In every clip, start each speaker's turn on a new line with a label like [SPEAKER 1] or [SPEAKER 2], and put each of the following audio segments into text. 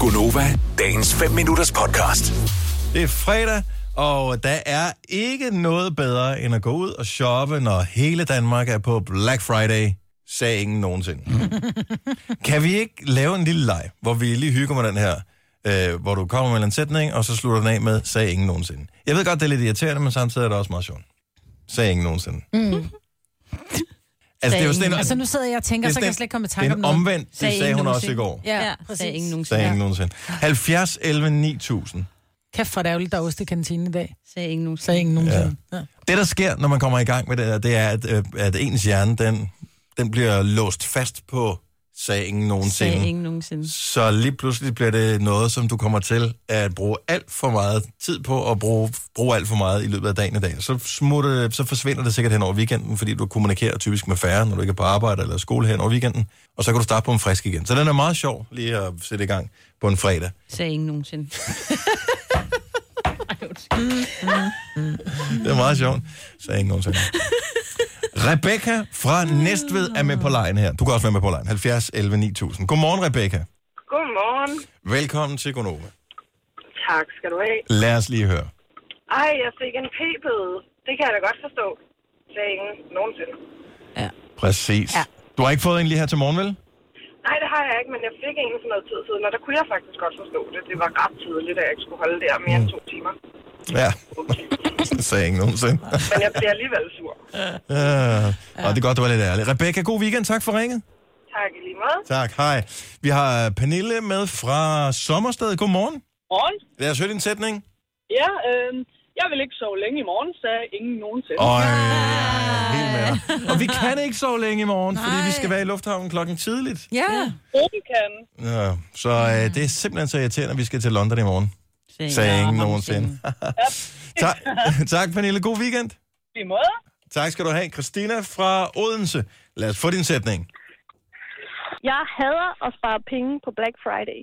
[SPEAKER 1] Gunova, dagens 5 minutters podcast.
[SPEAKER 2] Det er fredag, og der er ikke noget bedre end at gå ud og shoppe, når hele Danmark er på Black Friday, sagde ingen nogensinde. kan vi ikke lave en lille leg, hvor vi lige hygger med den her, øh, hvor du kommer med en sætning, og så slutter den af med, sagde ingen nogensinde. Jeg ved godt, det er lidt irriterende, men samtidig er det også meget sjovt. Sagde ingen nogensinde. Mm. altså, det er jo sådan en,
[SPEAKER 3] Altså nu sidder jeg og tænker,
[SPEAKER 2] det er
[SPEAKER 3] så kan
[SPEAKER 2] sådan
[SPEAKER 3] jeg slet ikke komme i
[SPEAKER 2] det
[SPEAKER 3] tanke
[SPEAKER 2] er
[SPEAKER 3] om
[SPEAKER 2] en
[SPEAKER 3] noget.
[SPEAKER 2] omvendt, det sagde, hun
[SPEAKER 3] ingen
[SPEAKER 2] også i
[SPEAKER 3] nogensinde.
[SPEAKER 2] går.
[SPEAKER 3] Ja,
[SPEAKER 4] Ja,
[SPEAKER 3] præcis.
[SPEAKER 4] sagde ingen
[SPEAKER 2] Sagde
[SPEAKER 4] nogensinde.
[SPEAKER 2] ingen nogensinde. 70, 11, 9000.
[SPEAKER 3] Kæft for dærvligt, der er ost i kantinen i dag.
[SPEAKER 4] Sagde ingen nogensinde.
[SPEAKER 3] Sagde ingen nogensinde. Ja.
[SPEAKER 2] Det, der sker, når man kommer i gang med det her, det er, at, øh, at ens hjerne, den, den bliver låst fast på sagen nogensinde.
[SPEAKER 4] Sagde ingen nogensinde.
[SPEAKER 2] Så lige pludselig bliver det noget, som du kommer til at bruge alt for meget tid på, og bruge, bruge alt for meget i løbet af dagen i dag. Så, smutter, så forsvinder det sikkert hen over weekenden, fordi du kommunikerer typisk med færre, når du ikke er på arbejde eller skole hen over weekenden, og så kan du starte på en frisk igen. Så den er meget sjov lige at sætte i gang på en fredag.
[SPEAKER 4] Sagde ingen nogensinde.
[SPEAKER 2] Det er meget sjovt. Så ingen nogensinde. Rebecca fra Næstved er med på lejen her. Du kan også være med på lejen. 70 11 9000. Godmorgen, Rebecca.
[SPEAKER 5] Godmorgen.
[SPEAKER 2] Velkommen til Gonova.
[SPEAKER 5] Tak skal du have.
[SPEAKER 2] Lad os lige høre.
[SPEAKER 5] Ej, jeg fik en p-bøde. Det kan jeg da godt forstå. Sagde ingen nogensinde.
[SPEAKER 2] Præcis. Ja. Du har ikke fået en lige her til morgen, vel?
[SPEAKER 5] Nej, det har jeg ikke, men jeg fik en for noget tid siden, og der kunne jeg faktisk godt forstå det. Det var ret tidligt, at jeg ikke skulle holde der mere end to timer.
[SPEAKER 2] Ja. Det sagde ingen nogensinde.
[SPEAKER 5] Men jeg bliver alligevel sur.
[SPEAKER 2] Ja. Og det er godt, du var lidt ærlig. Rebecca, god weekend. Tak for ringet.
[SPEAKER 5] Tak i lige måde.
[SPEAKER 2] Tak. Hej. Vi har Pernille med fra Sommersted. Godmorgen.
[SPEAKER 6] morgen.
[SPEAKER 2] Lad os høre din sætning.
[SPEAKER 6] Ja, øh, jeg vil ikke sove længe i morgen, sagde ingen nogensinde.
[SPEAKER 2] Øj, helt med dig. Og vi kan ikke sove længe i morgen, Nej. fordi vi skal være i lufthavnen klokken tidligt.
[SPEAKER 4] Ja.
[SPEAKER 6] Gruppen kan.
[SPEAKER 2] Ja, så øh, det er simpelthen så irriterende, at vi skal til London i morgen. Sagde ingen nogensinde. tak, tak, Pernille. God weekend.
[SPEAKER 6] I måde.
[SPEAKER 2] Tak skal du have. Christina fra Odense. Lad os få din sætning.
[SPEAKER 7] Jeg hader at spare penge på Black Friday.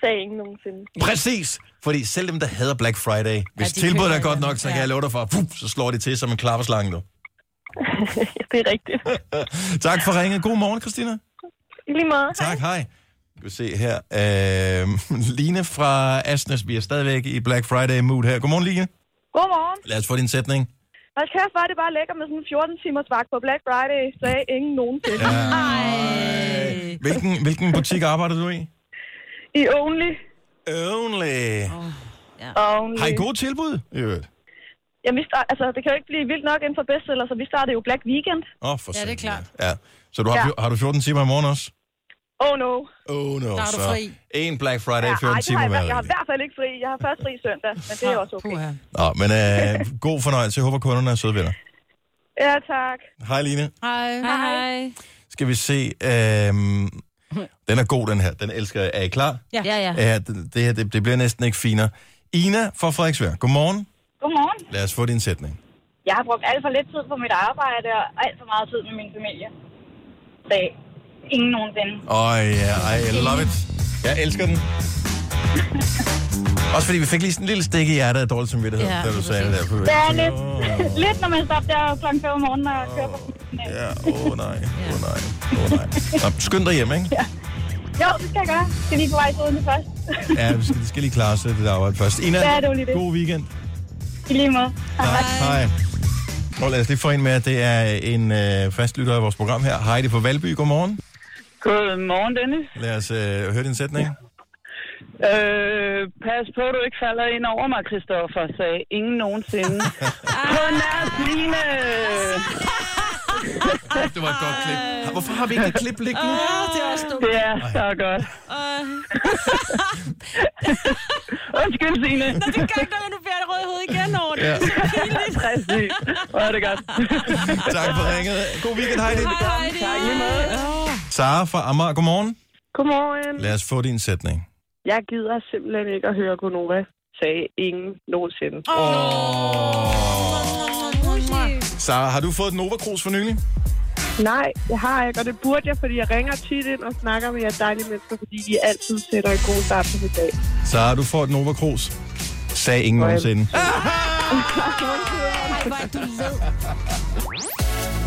[SPEAKER 7] Sagde ingen nogensinde.
[SPEAKER 2] Præcis. Fordi selv dem, der hader Black Friday, hvis
[SPEAKER 3] de
[SPEAKER 2] ja, tilbuddet er
[SPEAKER 3] køber
[SPEAKER 2] godt
[SPEAKER 3] ikke
[SPEAKER 2] nok,
[SPEAKER 3] andet.
[SPEAKER 2] så kan
[SPEAKER 3] Ja.
[SPEAKER 2] jeg love dig for, puff, så slår de til som en klapperslange nu.
[SPEAKER 7] det er rigtigt.
[SPEAKER 2] Tak for ringet. God morgen, Christina.
[SPEAKER 7] I lige meget.
[SPEAKER 2] Tak, hej. Vi kan se her. Øh, Line fra Asnes. Vi er stadigvæk i Black Friday-mood her. Godmorgen, Line.
[SPEAKER 7] Godmorgen.
[SPEAKER 2] Lad os få din sætning.
[SPEAKER 7] Hold kæft, var det bare lækker med sådan en 14 timers vagt på Black Friday. Sagde ingen nogensinde.
[SPEAKER 2] Ja. Hvilken, hvilken butik arbejder du i?
[SPEAKER 7] I only.
[SPEAKER 2] Only.
[SPEAKER 7] only.
[SPEAKER 2] Har I gode tilbud? I øvrigt.
[SPEAKER 7] Jamen, vi start, altså, det kan jo ikke blive vildt nok inden for bestseller, så vi starter jo Black Weekend.
[SPEAKER 2] Åh, oh, for
[SPEAKER 3] Ja, det
[SPEAKER 2] satan,
[SPEAKER 3] er klart.
[SPEAKER 2] Ja. Så du har, ja. har du 14 timer i morgen også?
[SPEAKER 7] Oh no.
[SPEAKER 2] Oh no,
[SPEAKER 3] Der er du
[SPEAKER 2] så
[SPEAKER 3] fri.
[SPEAKER 2] en Black Friday,
[SPEAKER 7] Ja,
[SPEAKER 2] 14
[SPEAKER 7] ej, det har
[SPEAKER 2] timer
[SPEAKER 7] jeg,
[SPEAKER 2] hver
[SPEAKER 7] jeg har i
[SPEAKER 2] dag.
[SPEAKER 7] hvert fald ikke fri. Jeg har først fri søndag, men det er også okay.
[SPEAKER 3] Puha.
[SPEAKER 2] Nå, men øh, god fornøjelse. Jeg håber, kunderne er søde ved dig.
[SPEAKER 7] Ja, tak.
[SPEAKER 2] Hej, Line.
[SPEAKER 3] Hej.
[SPEAKER 4] Hej, hej.
[SPEAKER 2] Skal vi se... Øh, den er god, den her. Den elsker jeg. Er I klar?
[SPEAKER 3] Ja.
[SPEAKER 4] Ja, ja.
[SPEAKER 2] Ja, det, det her det, det bliver næsten ikke finere. Ina fra Frederiksberg. Godmorgen.
[SPEAKER 6] Godmorgen.
[SPEAKER 2] Lad os få din sætning.
[SPEAKER 6] Jeg har brugt alt for lidt tid på mit arbejde og alt for meget tid med min familie. Sagde ingen nogensinde.
[SPEAKER 2] Åh oh, ja, yeah, I love it. Jeg elsker den. Også fordi vi fik lige sådan en lille stik i hjertet af dårlig samvittighed,
[SPEAKER 4] Ja,
[SPEAKER 2] da du sagde det der.
[SPEAKER 6] Det er lidt, lidt når man står op der klokken 5 om morgenen og kører på
[SPEAKER 2] Ja, åh oh, nej, åh oh, nej, åh oh, nej. Nå, skynd dig hjem, ikke?
[SPEAKER 6] Jo, det skal jeg gøre. Skal lige på vej til Odense først.
[SPEAKER 2] Ja, vi skal, vi skal lige klare os det der arbejde først. Ina,
[SPEAKER 6] Ja, det var lige det.
[SPEAKER 2] god weekend.
[SPEAKER 6] I lige måde.
[SPEAKER 2] Tak. Hej. Og lad os lige få en med, at det er en øh, fastlytter af vores program her. Heidi fra Valby, godmorgen.
[SPEAKER 6] Godmorgen, Dennis.
[SPEAKER 2] Lad os øh, høre din sætning.
[SPEAKER 6] Øh, pas på, du ikke falder ind over mig, Christoffer, sagde ingen nogensinde. på nær sine.
[SPEAKER 2] Det var et godt klip. Hvorfor har vi ikke et klip liggende?
[SPEAKER 4] Åh, det er også dumt.
[SPEAKER 6] Det er så godt.
[SPEAKER 4] Åh,
[SPEAKER 6] Undskyld, Signe.
[SPEAKER 4] det gør ikke noget, når du bærer det røde hoved igen over det.
[SPEAKER 2] Ja.
[SPEAKER 4] Det er så pinligt.
[SPEAKER 6] Præcis. Hvor er det godt.
[SPEAKER 2] Tak for ringet. God weekend, Heidi.
[SPEAKER 4] Hej, det
[SPEAKER 6] Tak lige måde.
[SPEAKER 2] Sara fra Amager, godmorgen.
[SPEAKER 7] Godmorgen.
[SPEAKER 2] Lad os få din sætning.
[SPEAKER 7] Jeg gider simpelthen ikke at høre Gunova. Sagde ingen nogensinde.
[SPEAKER 2] Sara, har du fået et Nova Cruz for nylig?
[SPEAKER 7] Nej, jeg har ikke, og det burde jeg, fordi jeg ringer tit ind og snakker med jer dejlige mennesker, fordi de altid sætter en god start på mit dag.
[SPEAKER 2] Sara, du får et Nova Cruz. Sagde ingen nogensinde.
[SPEAKER 4] Ej, hvor er du led.